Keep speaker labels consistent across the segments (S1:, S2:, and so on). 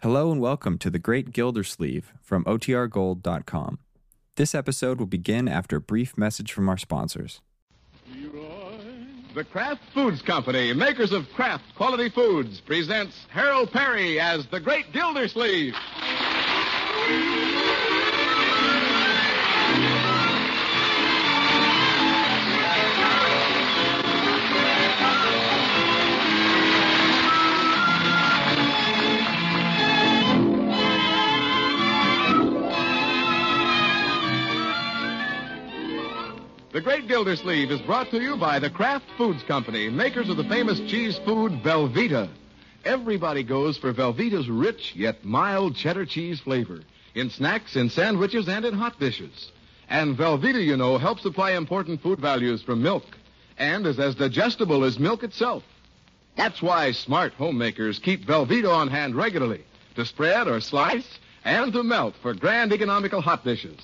S1: Hello and welcome to The Great Gildersleeve from OTRGold.com. This episode will begin after a brief message from our sponsors.
S2: The Kraft Foods Company, makers of Kraft quality foods, presents Harold Perry as the Great Gildersleeve. The Great Gildersleeve is brought to you by the Kraft Foods Company, makers of the famous cheese food Velveeta. Everybody goes for Velveeta's rich yet mild cheddar cheese flavor in snacks, in sandwiches, and in hot dishes. And Velveeta, you know, helps supply important food values from milk and is as digestible as milk itself. That's why smart homemakers keep Velveeta on hand regularly to spread or slice and to melt for grand economical hot dishes.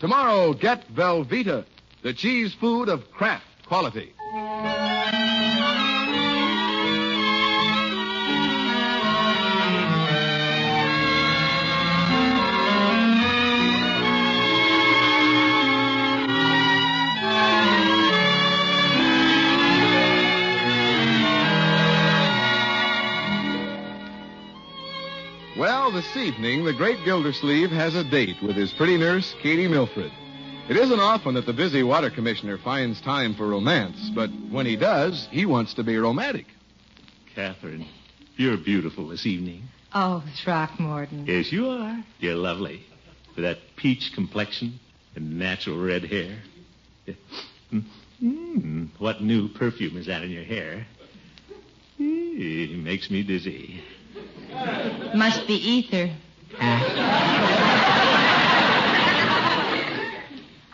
S2: Tomorrow, get Velveeta, the cheese food of Kraft quality. Well, this evening, the great Gildersleeve has a date with his pretty nurse, Katie Milford. It isn't often that the busy water commissioner finds time for romance, but when he does, he wants to be romantic.
S3: Catherine, you're beautiful this evening.
S4: Oh, Throckmorton.
S3: Yes, you are. You're lovely. With that peach complexion and natural red hair. Mm, what new perfume is that in your hair? Eh, It makes me dizzy.
S4: Must be ether.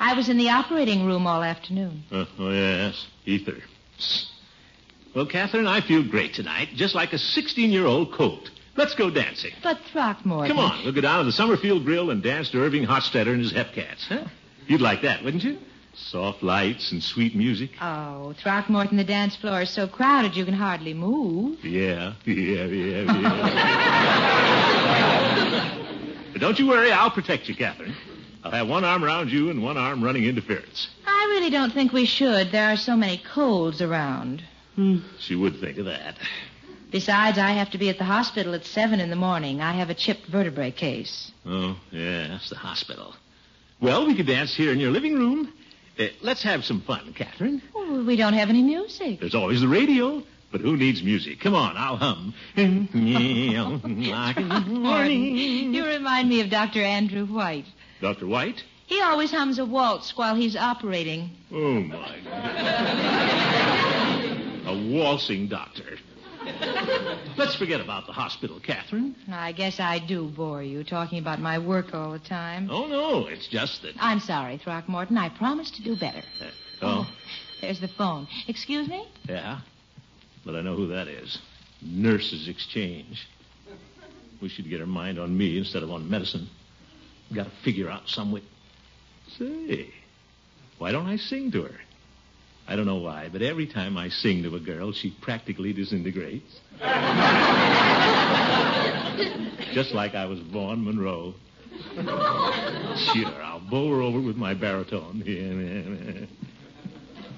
S4: I was in the operating room all afternoon.
S3: Oh, oh, yes, ether. Psst. Well, Catherine, I feel great tonight, just like a 16 year old colt. Let's go dancing.
S4: But Throckmorton.
S3: Come on, we'll go down to the Summerfield Grill and dance to Irving Hofstadter and his Hepcats, huh? You'd like that, wouldn't you? Soft lights and sweet music.
S4: Oh, Throckmorton, the dance floor is so crowded you can hardly move.
S3: Yeah, yeah, yeah, yeah. but don't you worry, I'll protect you, Catherine. I'll have one arm around you and one arm running interference.
S4: I really don't think we should. There are so many colds around.
S3: She would think of that.
S4: Besides, I have to be at the hospital at seven in the morning. I have a chipped vertebrae case.
S3: Oh, yeah, that's the hospital. Well, we could dance here in your living room. Uh, let's have some fun, Catherine.
S4: Oh, we don't have any music.
S3: There's always the radio, but who needs music? Come on, I'll hum.
S4: Morning. You remind me of Dr. Andrew White.
S3: Dr. White?
S4: He always hums a waltz while he's operating.
S3: Oh, my God. A waltzing doctor. Let's forget about the hospital, Catherine.
S4: I guess I do bore you talking about my work all the time.
S3: Oh, no, it's just that.
S4: I'm sorry, Throckmorton. I promise to do better.
S3: Oh,
S4: There's the phone. Excuse me?
S3: yeah? But I know who that is. Nurses Exchange. We should get her mind on me instead of on medicine. Got to figure out some way. Say, why don't I sing to her? I don't know why, but every time I sing to a girl, she practically disintegrates. Just like I was Vaughn Monroe. Sure, I'll bowl her over with my baritone.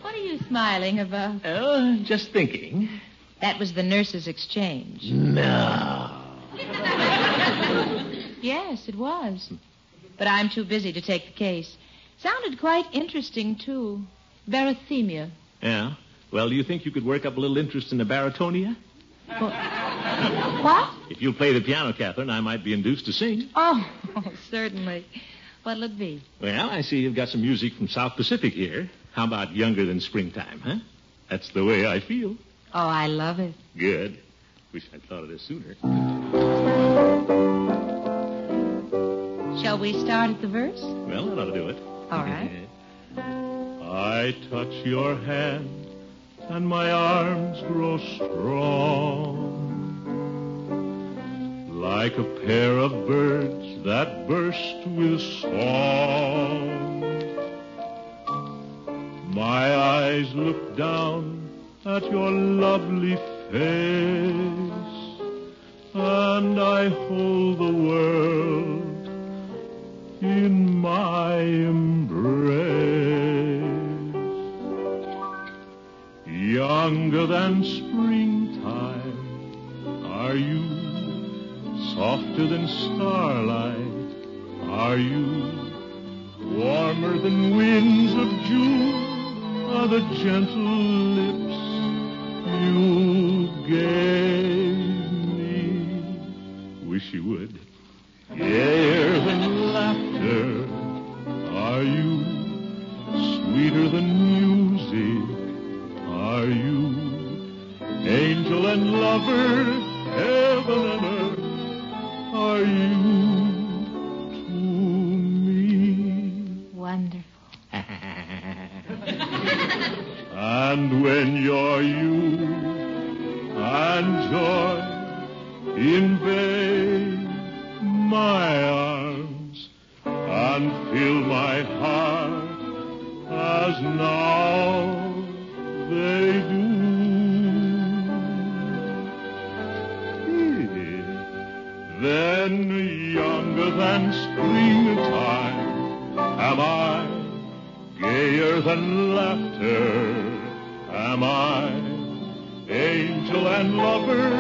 S4: What are you smiling about?
S3: Oh, just thinking.
S4: That was the nurses' exchange.
S3: No.
S4: Yes, it was. But I'm too busy to take the case. Sounded quite interesting, too. Barathemia.
S3: Yeah. Well, do you think you could work up a little interest in the baritonia?
S4: What?
S3: If you'll play the piano, Catherine, I might be induced to sing.
S4: Oh, certainly. What'll it be?
S3: Well, I see you've got some music from South Pacific here. How about Younger Than Springtime, huh? That's the way I feel.
S4: Oh, I love it.
S3: Good. Wish I'd thought of this sooner.
S4: Shall we start at the verse? All
S3: Well, that ought to do it.
S4: right.
S3: I touch your hand, and my arms grow strong. Like a pair of birds that burst with song. My eyes look down at your lovely face,
S5: and I hold the world in my embrace. Younger than springtime are you, softer than starlight are you, warmer than winds of June are the gentle lips you gave me. Wish you would. Gayer than laughter are you. Sweeter than music are you. Angel and lover, heaven and earth are you to me.
S4: Wonderful.
S5: And when you're you and joy invade my arms and fill my heart as now they do. Then younger than springtime am I gayer than laughter am I. Angel and lover,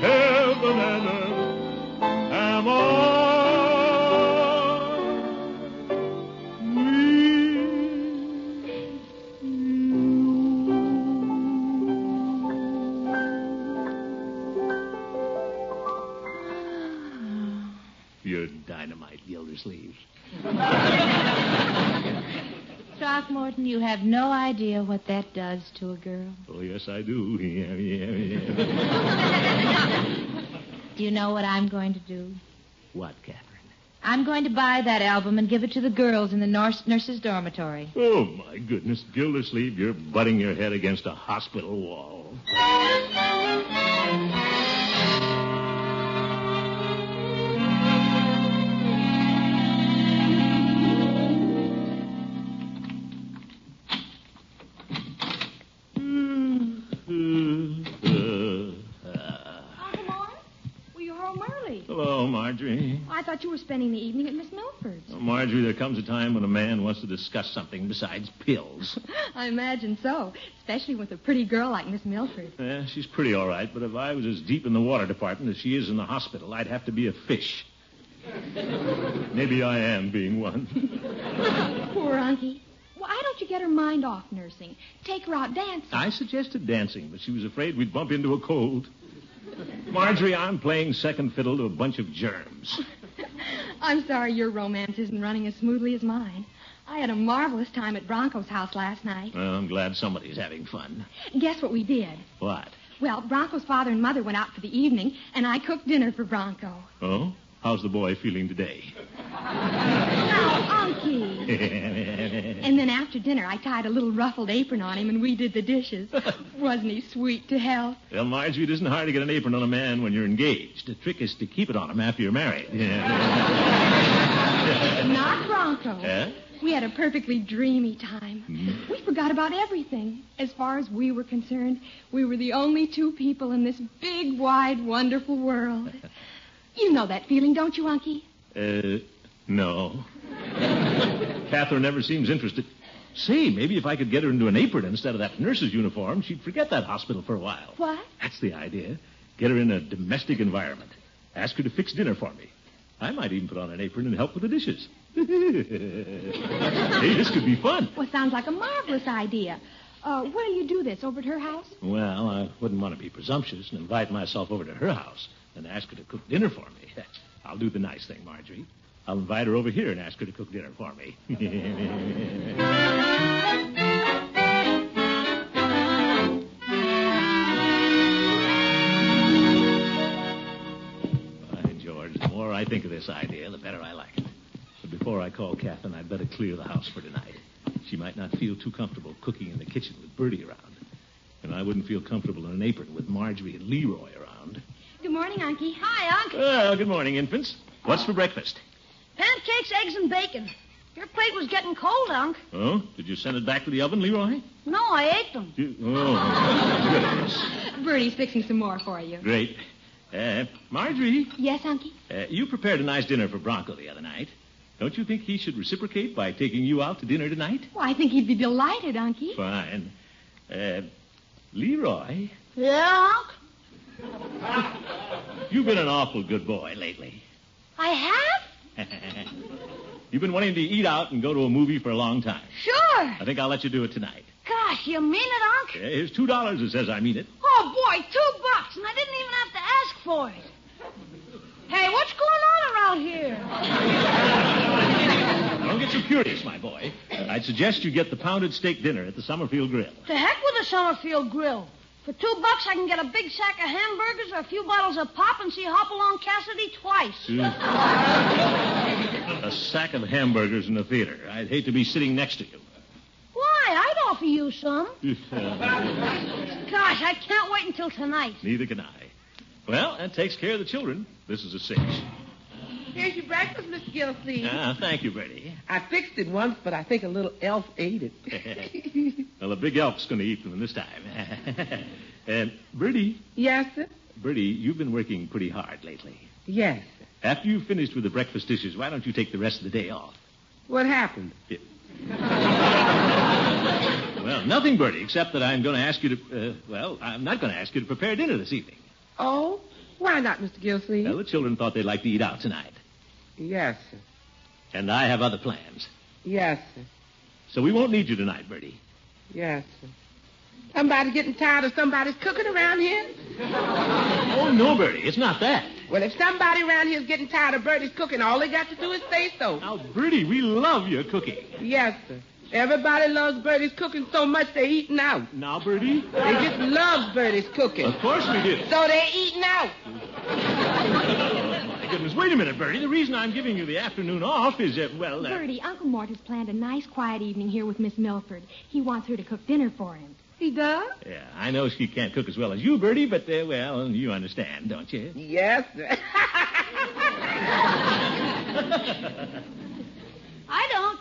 S5: heaven and earth am I. Me.
S3: You're dynamite, Gildersleeve.
S4: Throckmorton, you have no idea what that does to a girl.
S3: Oh, yes, I do. Yeah, yeah, yeah.
S4: Do you know what I'm going to do?
S3: what, Catherine?
S4: I'm going to buy that album and give it to the girls in the nurse, nurses' dormitory.
S3: Oh, my goodness, Gildersleeve, you're butting your head against a hospital wall.
S6: Uncle Morris? Well, you're home early.
S3: Hello, Marjorie. Oh,
S6: I thought you were spending the evening at Miss Milford's.
S3: Marjorie, there comes a time when a man wants to discuss something besides pills.
S6: I imagine so, especially with a pretty girl like Miss Milford.
S3: Eh, she's pretty all right, but if I was as deep in the water department as she is in the hospital, I'd have to be a fish. Maybe I am being one.
S6: Poor Unky. Why don't you get her mind off nursing? Take her out dancing.
S3: I suggested dancing, but she was afraid we'd bump into a cold. Marjorie, I'm playing second fiddle to a bunch of germs.
S6: I'm sorry your romance isn't running as smoothly as mine. I had a marvelous time at Bronco's house last night.
S3: Well, I'm glad somebody's having fun.
S6: Guess what we did?
S3: What?
S6: Well, Bronco's father and mother went out for the evening, and I cooked dinner for Bronco.
S3: Oh? How's the boy feeling today?
S6: Now, Unky.
S3: yeah,
S6: And then after dinner, I tied a little ruffled apron on him and we did the dishes. Wasn't he sweet to hell?
S3: Well, Marjorie, it isn't hard to get an apron on a man when you're engaged. The trick is to keep it on him after you're married. Yeah.
S6: Not Bronco.
S3: Huh?
S6: We had a perfectly dreamy time. We forgot about everything. As far as we were concerned, we were the only two people in this big, wide, wonderful world. You know that feeling, don't you, Unky?
S3: Uh, no. Catherine never seems interested. Say, maybe if I could get her into an apron instead of that nurse's uniform, she'd forget that hospital for a while.
S6: What?
S3: That's the idea. Get her in a domestic environment. Ask her to fix dinner for me. I might even put on an apron and help with the dishes. hey, this could be fun.
S6: Well, sounds like a marvelous idea. Uh, where do you do this? Over at her house?
S3: Well, I wouldn't want to be presumptuous and invite myself over to her house and ask her to cook dinner for me. I'll do the nice thing, Marjorie. I'll invite her over here and ask her to cook dinner for me. By George, the more I think of this idea, the better I like it. But before I call Catherine, I'd better clear the house for tonight. She might not feel too comfortable cooking in the kitchen with Bertie around. And I wouldn't feel comfortable in an apron with Marjorie and Leroy around.
S6: Good morning, Unky. Hi, Unc.
S3: Well, good morning, infants. What's for breakfast?
S6: Pancakes, eggs, and bacon. Your plate was getting cold, Unc.
S3: Oh, did you send it back to the oven, Leroy?
S6: No, I ate them.
S3: You- Oh, goodness.
S6: Bertie's fixing some more for you.
S3: Great. Uh, Marjorie,
S6: Yes, Unky?
S3: uh, you prepared a nice dinner for Bronco the other night. Don't you think he should reciprocate by taking you out to dinner tonight?
S6: Well, I think he'd be delighted, Unky.
S3: Fine. Uh, Leroy,
S5: Yeah, Unc?
S3: you've been an awful good boy lately.
S5: I have?
S3: You've been wanting to eat out and go to a movie for a long time.
S5: Sure.
S3: I think I'll let you do it tonight.
S5: Gosh, you mean it, Unc?
S3: Uh, here's two dollars that says I mean it.
S5: Oh, boy, two bucks, and I didn't even have to ask for it. Hey, what's going on around here?
S3: Don't get so curious, my boy. I'd suggest you get the pounded steak dinner at the Summerfield Grill.
S5: To heck with the Summerfield Grill. For two bucks, I can get a big sack of hamburgers or a few bottles of pop and see Hopalong Cassidy twice.
S3: a sack of hamburgers in the theater. I'd hate to be sitting next to you.
S5: Why, I'd offer you some. Gosh, I can't wait until tonight.
S3: Neither can I. Well, that takes care of the children. This is a six.
S7: Here's your breakfast, Miss Gilsey.
S3: Ah, thank you, Bertie.
S7: I fixed it once, but I think a little elf ate it.
S3: well, the big elf's going to eat them this time. and Bertie,
S7: yes, sir?
S3: Bertie, you've been working pretty hard lately.
S7: Yes. sir.
S3: After you've finished with the breakfast dishes, why don't you take the rest of the day off?
S7: What happened?
S3: Well, nothing, Bertie, except that I'm going to ask you to. Uh, well, I'm not going to ask you to prepare dinner this evening.
S7: Oh, why not, Mr. Gilsey?
S3: Well, the children thought they'd like to eat out tonight,
S7: Yes, sir.
S3: and I have other plans.
S7: Yes, sir.
S3: So we won't need you tonight, Bertie.
S7: Yes, sir. Somebody getting tired of somebody's cooking around here?
S3: Oh, no, Bertie, it's not that.
S7: Well, if somebody around here's getting tired of Bertie's cooking, all they got to do is say so.
S3: Now, Bertie, we love your cooking.
S7: Yes, sir. Everybody loves Bertie's cooking so much they're eating out.
S3: Now, Bertie?
S7: They just love Bertie's cooking.
S3: Of course we do.
S7: So they're eating out.
S3: My goodness, wait a minute, Bertie. The reason I'm giving you the afternoon off is that, well, uh,
S6: Bertie, Uncle Mort has planned a nice, quiet evening here with Miss Milford. He wants her to cook dinner for him.
S7: He does?
S3: yeah, I know she can't cook as well as you, Bertie, but, uh, well, you understand, don't you?
S7: Yes, sir.
S5: I don't.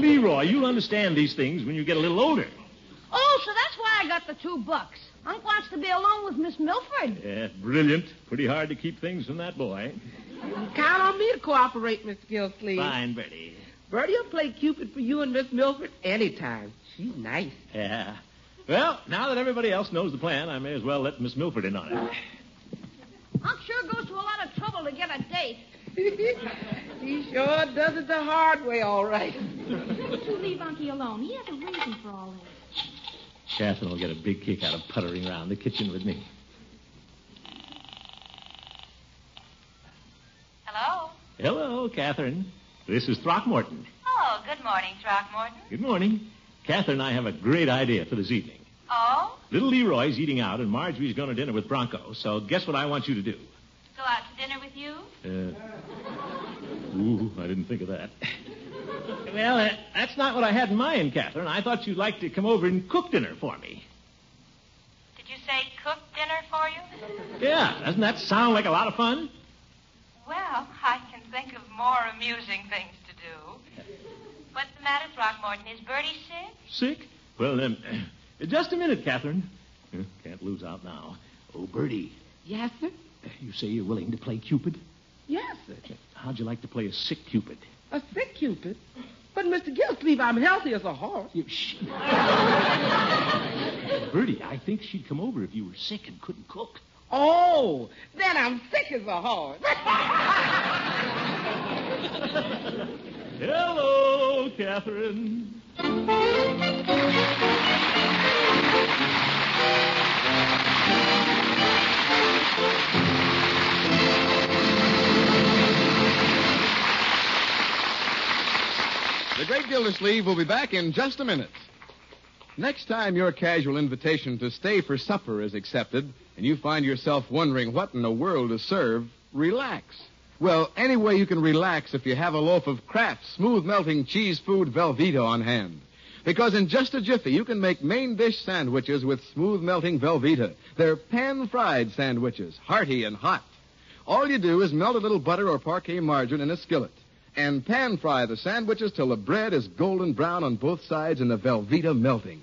S3: Leroy, you'll understand these things when you get a little older.
S5: Oh, so that's why I got the two bucks. Unc wants to be alone with Miss Milford.
S3: Yeah, brilliant. Pretty hard to keep things from that boy.
S7: Count on me to cooperate, Miss Gilsleeve.
S3: Fine, Bertie.
S7: Bertie will play Cupid for you and Miss Milford anytime. She's nice.
S3: Yeah. Well, now that everybody else knows the plan, I may as well let Miss Milford in on it.
S5: Unc sure goes to a lot of trouble to get a date.
S7: he sure does it the hard way, all right.
S6: Don't you leave Unky alone. He has a reason for all this.
S3: Catherine will get a big kick out of puttering around the kitchen with me.
S8: Hello.
S3: Hello, Catherine. This is Throckmorton.
S8: Oh, good morning, Throckmorton.
S3: Good morning. Catherine and I have a great idea for this evening.
S8: Oh,
S3: Little Leroy's eating out, and Marjorie's going to dinner with Bronco, so guess what I want you to do?
S8: go out to dinner with you?
S3: Uh, ooh, I didn't think of that. well, uh, that's not what I had in mind, Catherine. I thought you'd like to come over and cook dinner for me.
S8: Did you say cook dinner for you?
S3: Yeah, doesn't that sound like a lot of fun?
S8: Well, I can think of more amusing things to do. What's the matter, Throckmorton? Is Bertie sick?
S3: Sick? Well, um, just a minute, Catherine. Uh, Can't lose out now. Oh, Bertie,
S7: Yes, sir.
S3: you say you're willing to play Cupid? Uh,
S7: Yes, sir.
S3: How'd you like to play a sick Cupid?
S7: A sick Cupid. But, Mr. Gilsleeve, I'm healthy as a horse.
S3: You- shh. Bertie, I think she'd come over if you were sick and couldn't cook.
S7: Oh, then I'm sick as a horse.
S3: Hello, Catherine.
S2: The Great Gildersleeve will be back in just a minute. Next time your casual invitation to stay for supper is accepted and you find yourself wondering what in the world is served, relax. Well, any way you can relax if you have a loaf of Kraft's smooth melting cheese food Velveeta on hand. Because in just a jiffy, you can make main dish sandwiches with smooth melting Velveeta. They're pan fried sandwiches, hearty and hot. All you do is melt a little butter or parquet margarine in a skillet and pan fry the sandwiches till the bread is golden brown on both sides and the Velveeta melting.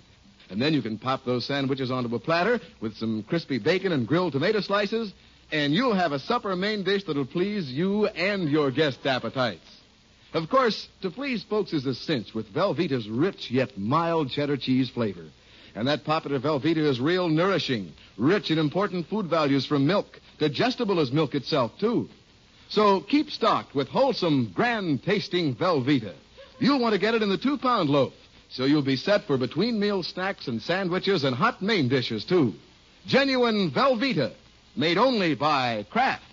S2: And then you can pop those sandwiches onto a platter with some crispy bacon and grilled tomato slices, and you'll have a supper main dish that'll please you and your guest appetites. Of course, to please folks is a cinch with Velveeta's rich yet mild cheddar cheese flavor. And that popular Velveeta is real nourishing, rich in important food values from milk, digestible as milk itself, too. So keep stocked with wholesome, grand tasting Velveeta. You'll want to get it in the two pound loaf, so you'll be set for between meal snacks and sandwiches and hot main dishes, too. Genuine Velveeta, made only by Kraft.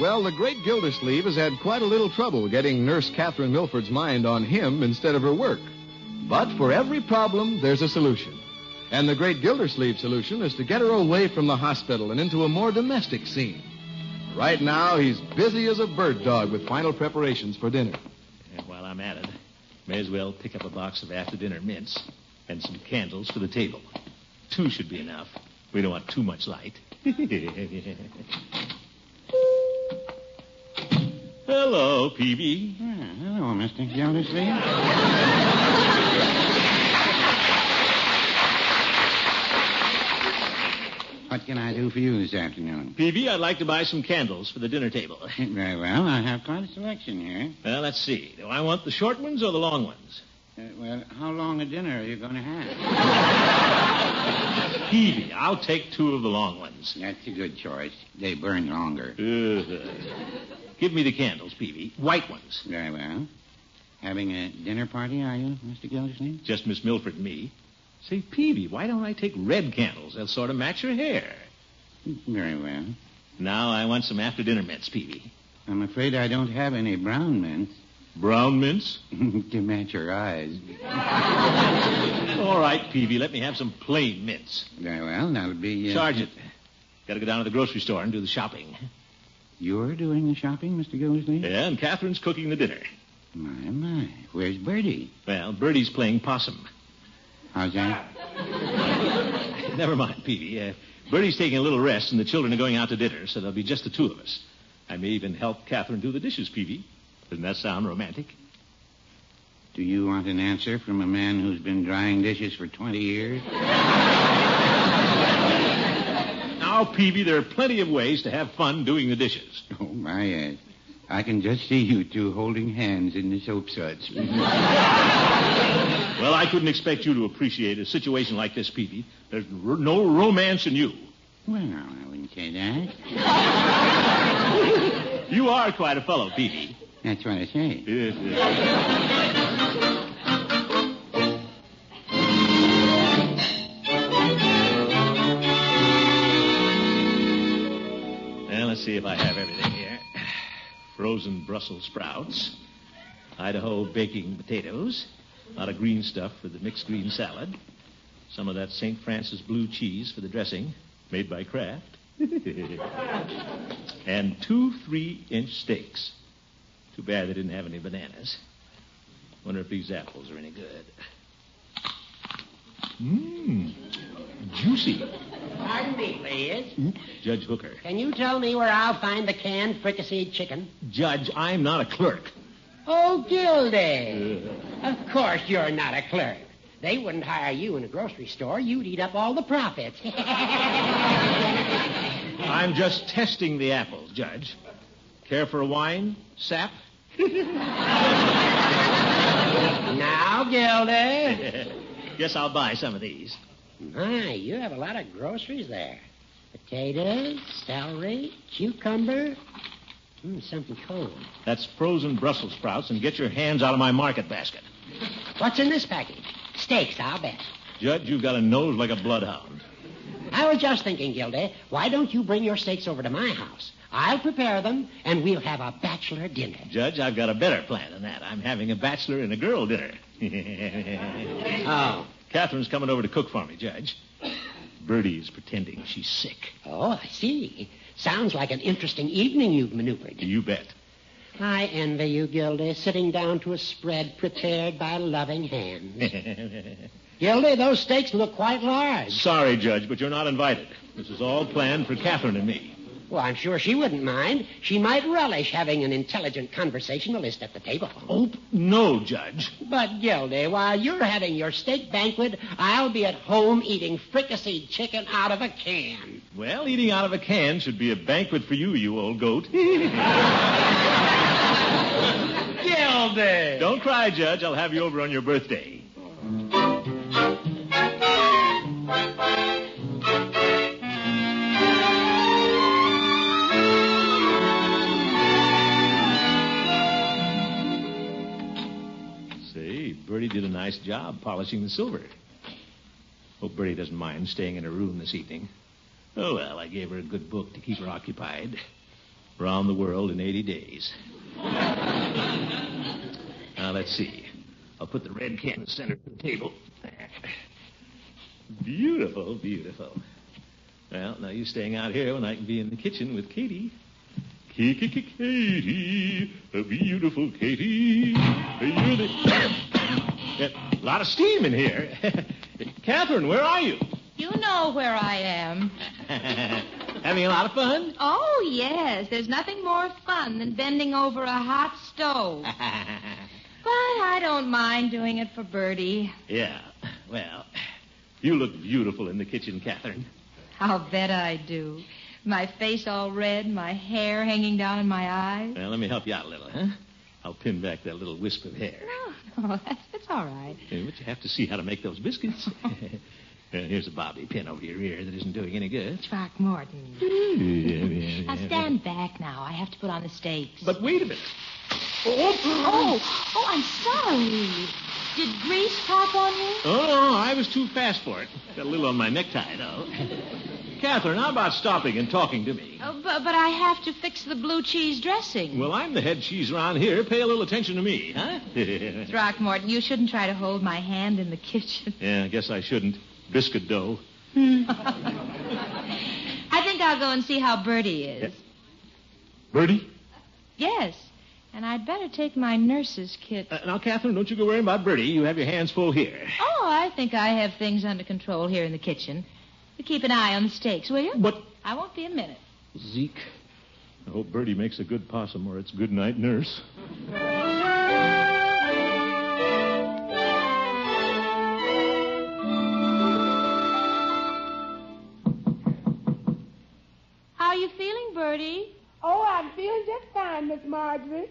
S2: Well, the great Gildersleeve has had quite a little trouble getting Nurse Catherine Milford's mind on him instead of her work. But for every problem, there's a solution. And the great Gildersleeve solution is to get her away from the hospital and into a more domestic scene. Right now, he's busy as a bird dog with final preparations for dinner.
S3: And while I'm at it, may as well pick up a box of after dinner mints and some candles for the table. Two should be enough. We don't want too much light. Hello, Peavy.
S9: hello, Mr. Gildersleeve. What can I do for you this afternoon?
S3: Peavy, I'd like to buy some candles for the dinner table.
S9: Very well, I have quite a selection here.
S3: Well, let's see. Do I want the short ones or the long ones?
S9: Uh, well, how long a dinner are you going to have?
S3: Peavy, I'll take two of the long ones. Uh-huh.
S9: That's a good choice. They burn longer.
S3: Give me the candles, Peavy. White ones.
S9: Very well. Having a dinner party, are you, Mr. Gildersleeve?
S3: Just Miss Milford and me. Say, Peavy, why don't I take red candles? They'll sort of match your hair.
S9: Very well.
S3: Now I want some after dinner mints, Peavy.
S9: I'm afraid I don't have any brown mints
S3: Brown mints?
S9: to match your eyes.
S3: All right, Peavy, let me have some plain mints.
S9: Very well, that'll be. Uh,
S3: Sergeant, gotta go down to the grocery store and do the shopping.
S9: You're doing the shopping, Mr. Gildersleeve?
S3: Yeah, and Catherine's cooking the dinner.
S9: My, my. Where's Bertie?
S3: Well, Bertie's playing possum.
S9: How's that?
S3: Never mind, Peavy. Uh, Bertie's taking a little rest, and the children are going out to dinner, so there'll be just the two of us. I may even help Catherine do the dishes, Peavy. Doesn't that sound romantic?
S9: Do you want an answer from a man who's been drying dishes for 20 years?
S3: Now, Peavy, there are plenty of ways to have fun doing the dishes.
S9: Oh, my, yes. I can just see you two holding hands in the soap suds.
S3: Well, I couldn't expect you to appreciate a situation like this, Peavy. There's r- no romance in you.
S9: well, I wouldn't say that.
S3: You are quite a fellow, Peavy.
S9: That's what I say.
S3: Yes, yes. Well, let's see if I have everything here. Frozen Brussels sprouts, Idaho baking potatoes, a lot of green stuff for the mixed green salad, some of that St. Francis blue cheese for the dressing, made by Kraft, and two three-inch steaks. Too bad they didn't have any bananas. Wonder if these apples are any good. Mmm, juicy.
S10: Pardon me, please.
S3: Judge Hooker.
S10: Can you tell me where I'll find the canned fricasseed chicken?
S3: Judge, I'm not a clerk.
S10: Oh, Gildy. Of course you're not a clerk. They wouldn't hire you in a grocery store. You'd eat up all the profits.
S3: I'm just testing the apples, Judge. Care for a wine? Sap?
S10: now, Gildy.
S3: Guess I'll buy some of these.
S10: My, you have a lot of groceries there. Potatoes, celery, cucumber. Hmm, something cold.
S3: That's frozen Brussels sprouts, and get your hands out of my market basket.
S10: What's in this package? Steaks, I'll bet.
S3: Judge, you've got a nose like a bloodhound.
S10: I was just thinking, Gildy, why don't you bring your steaks over to my house? I'll prepare them, and we'll have a bachelor dinner.
S3: Judge, I've got a better plan than that. I'm having a bachelor and a girl dinner.
S10: Oh.
S3: Catherine's coming over to cook for me, Judge. Bertie's pretending she's sick.
S10: Oh, I see. Sounds like an interesting evening you've maneuvered.
S3: You bet.
S10: I envy you, Gildy, sitting down to a spread prepared by loving hands. Gildy, those steaks look quite large.
S3: Sorry, Judge, but you're not invited. This is all planned for Catherine and me.
S10: Well, I'm sure she wouldn't mind. She might relish having an intelligent conversationalist at the table.
S3: Oh, no, Judge.
S10: But, Gildy, while you're having your steak banquet, I'll be at home eating fricasseed chicken out of a can.
S3: Well, eating out of a can should be a banquet for you, you old goat.
S10: Gildy!
S3: Don't cry, Judge. I'll have you over on your birthday. Say, Bertie did a nice job polishing the silver. Hope Bertie doesn't mind staying in her room this evening. Oh, well, I gave her a good book to keep her occupied. Round the World in 80 Days. now, let's see. I'll put the red can in the center of the table. Beautiful, beautiful. Well, now you're staying out here when I can be in the kitchen with Katie. Katie, a beautiful Katie. You're the. A lot of steam in here. Catherine, where are you?
S4: You know where I am.
S3: Having a lot of fun?
S4: Oh, yes. There's nothing more fun than bending over a hot stove. but I don't mind doing it for Bertie.
S3: Yeah. Well, you look beautiful in the kitchen, Catherine.
S4: I'll bet I do. My face all red, my hair hanging down in my eyes.
S3: Now, let me help you out a little, huh? I'll pin back that little wisp of hair.
S4: Oh, that's, that's all right.
S3: Hey, But you have to see how to make those biscuits. Uh, here's a bobby pin over your ear that isn't doing any good.
S4: Throckmorton. Now stand back now. I have to put on the stakes.
S3: Mm-hmm. But wait a minute.
S4: Oh, oh, I'm sorry. Did grease pop on you?
S3: Oh, no, I was too fast for it. Got a little on my necktie, though. Catherine, how about stopping and talking to me?
S4: Oh, but, but I have to fix the blue cheese dressing.
S3: Well, I'm the head cheese around here. Pay a little attention to me, huh? yeah,
S4: Throckmorton, you shouldn't try to hold my hand in the kitchen.
S3: I guess I shouldn't. Biscuit dough.
S4: I think I'll go and see how Bertie is.
S3: Bertie?
S4: Yes. And I'd better take my nurse's kit.
S3: Uh, now, Catherine, don't you go worrying about Bertie. You have your hands full here.
S4: Oh, I think I have things under control here in the kitchen. You keep an eye on the steaks, will you?
S3: But-
S4: I won't be a minute.
S3: Zeke. I hope Bertie makes a good possum or it's good night, nurse.
S4: How are you feeling, Bertie?
S7: Oh, I'm feeling just fine, Miss Marjorie.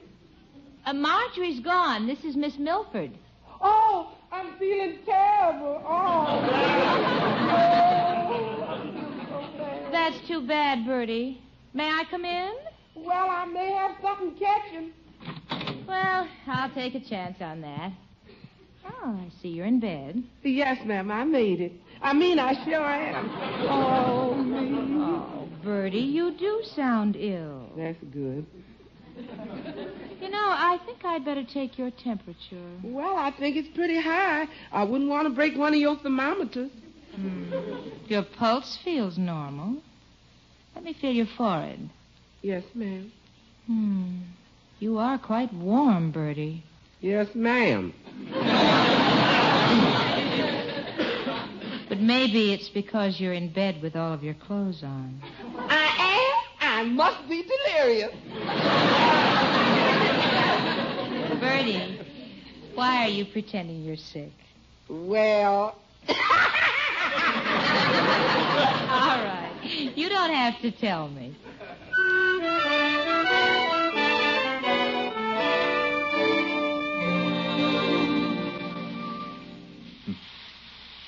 S4: Uh, Marjorie's gone. This is Miss Milford.
S7: Oh, I'm feeling terrible. Oh.
S4: That's too bad, Bertie. May I come in?
S7: well, I may have something catching.
S4: Well, I'll take a chance on that. Oh, I see you're in bed.
S7: Yes, ma'am, I made it. I mean, I sure am. Oh, me.
S4: Oh, Bertie, you do sound ill.
S7: That's good.
S4: You know, I think I'd better take your temperature.
S7: Well, I think it's pretty high. I wouldn't want to break one of your thermometers.
S4: Your pulse feels normal. Let me feel your forehead.
S7: Yes, ma'am.
S4: Hmm. You are quite warm, Bertie.
S7: Yes, ma'am.
S4: But maybe it's because you're in bed with all of your clothes on.
S7: I am. I must be delirious.
S4: Bertie, why are you pretending you're sick?
S7: Well,
S4: All right. You don't have to tell me.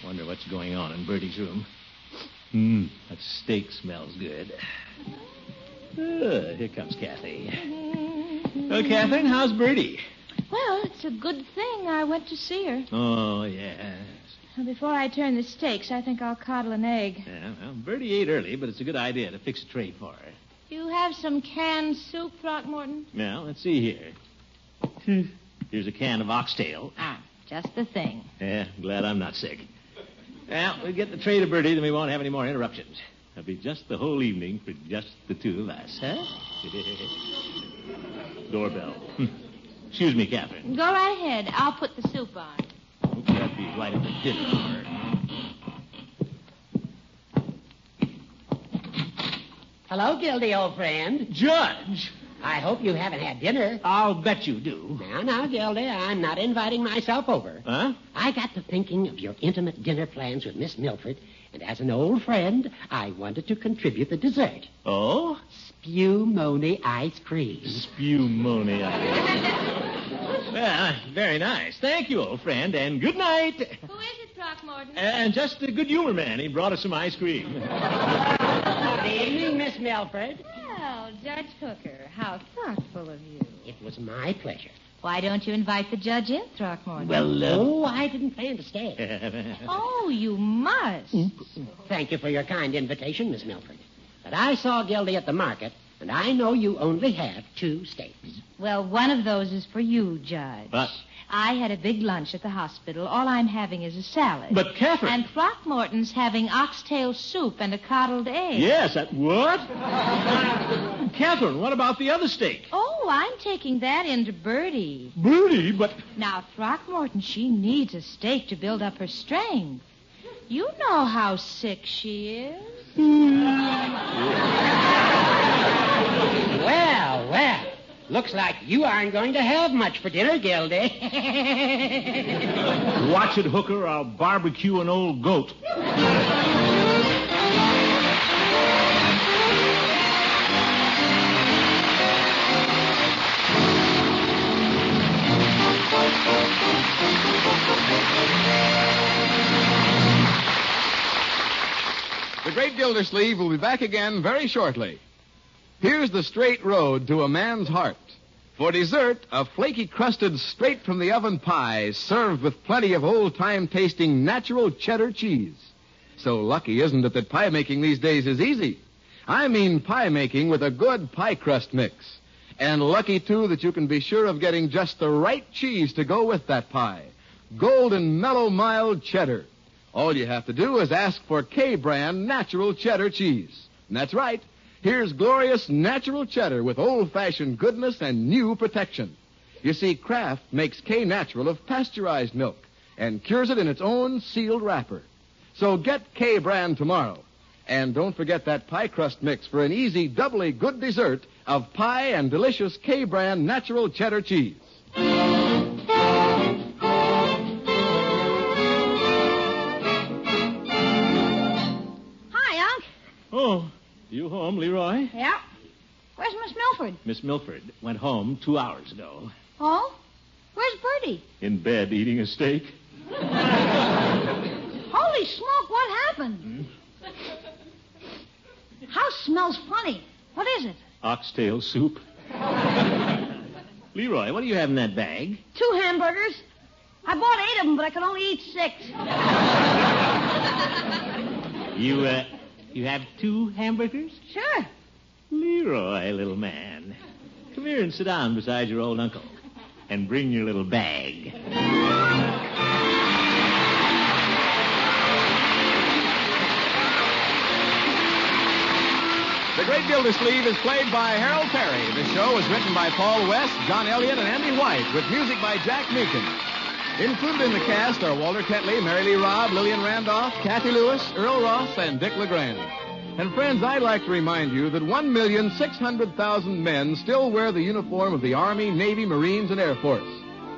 S3: Wonder what's going on in Bertie's room. Mmm, that steak smells good. Ah, here comes Kathy. Oh, Catherine, how's Bertie?
S4: Well, it's a good thing I went to see her.
S3: Oh, yes.
S4: Before I turn the steaks, I think I'll coddle an egg.
S3: Yeah, well, Bertie ate early, but it's a good idea to fix a tray for her.
S4: You have some canned soup, Throckmorton?
S3: Now, let's see here. Here's a can of oxtail.
S4: Ah, just the thing.
S3: Yeah, I'm glad I'm not sick. Well, we get the tray to Bertie, then we won't have any more interruptions. That'll be just the whole evening for just the two of us, huh? Doorbell. Hmm. Excuse me, Catherine.
S4: Go right ahead. I'll put the soup on.
S3: That'd be right at the dinner hour.
S10: Hello, Gildy, old friend. Judge! I hope you haven't had dinner. I'll bet you do. Now, now, Gildy, I'm not inviting myself over.
S3: Huh?
S10: I got to thinking of your intimate dinner plans with Miss Milford, and as an old friend, I wanted to contribute the dessert.
S3: Oh?
S10: Spumoni ice cream.
S3: Spumoni Well, very nice. Thank you, old friend, and good night.
S4: Who is it, Throckmorton?
S3: And just a good humor man. He brought us some ice cream.
S10: Good evening, Miss Milford.
S4: Well, Judge Hooker, how thoughtful of you.
S10: It was my pleasure.
S4: Why don't you invite the judge in, Throckmorton?
S10: Well, oh, I didn't plan to stay.
S4: Oh, you must.
S10: Thank you for your kind invitation, Miss Milford. But I saw Gildy at the market, and I know you only have two states.
S4: Well, one of those is for you, Judge.
S10: But-
S4: I had a big lunch at the hospital. All I'm having is a salad.
S3: But, Catherine-
S4: And Throckmorton's having oxtail soup and a coddled egg.
S3: yes, that, what? Catherine, what about the other steak?
S4: Oh, I'm taking that into Bertie.
S3: Birdie, but.
S4: Now, Throckmorton, she needs a steak to build up her strength. You know how sick she is.
S3: Hmm.
S10: Well, well. Looks like you aren't going to have much for dinner, Gildy.
S3: Watch it, Hooker. I'll barbecue an old goat.
S2: The Great Gildersleeve will be back again very shortly. Here's the straight road to a man's heart. For dessert, a flaky crusted straight from the oven pie served with plenty of old time tasting natural cheddar cheese. So lucky isn't it that pie making these days is easy? I mean pie making with a good pie crust mix. And lucky too that you can be sure of getting just the right cheese to go with that pie. Golden mellow mild cheddar. All you have to do is ask for K brand natural cheddar cheese. And that's right. Here's glorious natural cheddar with old fashioned goodness and new protection. You see, Kraft makes K natural of pasteurized milk and cures it in its own sealed wrapper. So get K brand tomorrow. And don't forget that pie crust mix for an easy, doubly good dessert of pie and delicious K brand natural cheddar cheese.
S5: Hi, Unc.
S3: Oh, you home, Leroy?
S5: Yeah. Where's Miss Milford?
S3: Miss Milford went home two hours ago.
S5: Oh? Where's Bertie?
S3: In bed eating a steak.
S5: Holy smoke, what happened? House smells funny. What is it?
S3: Oxtail soup. Leroy, what do you have in that bag?
S5: Two hamburgers. I bought eight of them, but I could only eat six.
S3: You, uh, you have two hamburgers?
S5: Sure.
S3: Leroy, little man. Come here and sit down beside your old uncle. And bring your little bag.
S2: The Great Gildersleeve is played by Harold Perry. The show was written by Paul West, John Elliott, and Andy White, with music by Jack Meakin. Included in the cast are Walter Tetley, Mary Lee Robb, Lillian Randolph, Kathy Lewis, Earl Ross, and Dick LeGrand. And friends, I'd like to remind you that 1,600,000 men still wear the uniform of the Army, Navy, Marines, and Air Force.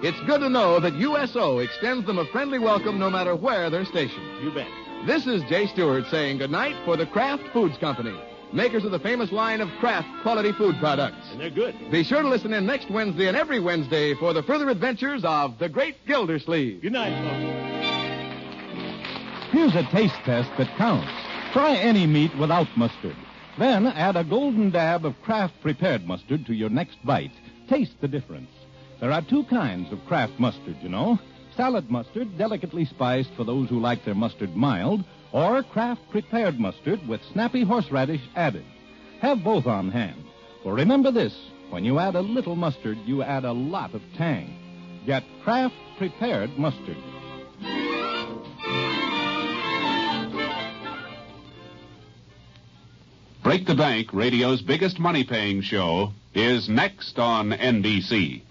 S2: It's good to know that USO extends them a friendly welcome no matter where they're stationed.
S3: You bet.
S2: This is Jay Stewart saying goodnight for the Kraft Foods Company, makers of the famous line of Kraft quality food products.
S3: And they're good.
S2: Be sure to listen in next Wednesday and every Wednesday for the further adventures of the Great Gildersleeve.
S3: Good night, folks.
S11: Here's a taste test that counts. Try any meat without mustard. Then add a golden dab of Kraft prepared mustard to your next bite. Taste the difference. There are two kinds of Kraft mustard, you know. Salad mustard, delicately spiced for those who like their mustard mild, or Kraft prepared mustard with snappy horseradish added. Have both on hand. For remember this, when you add a little mustard, you add a lot of tang. Get Kraft prepared mustard.
S12: Break the Bank, radio's biggest money paying show, is next on NBC.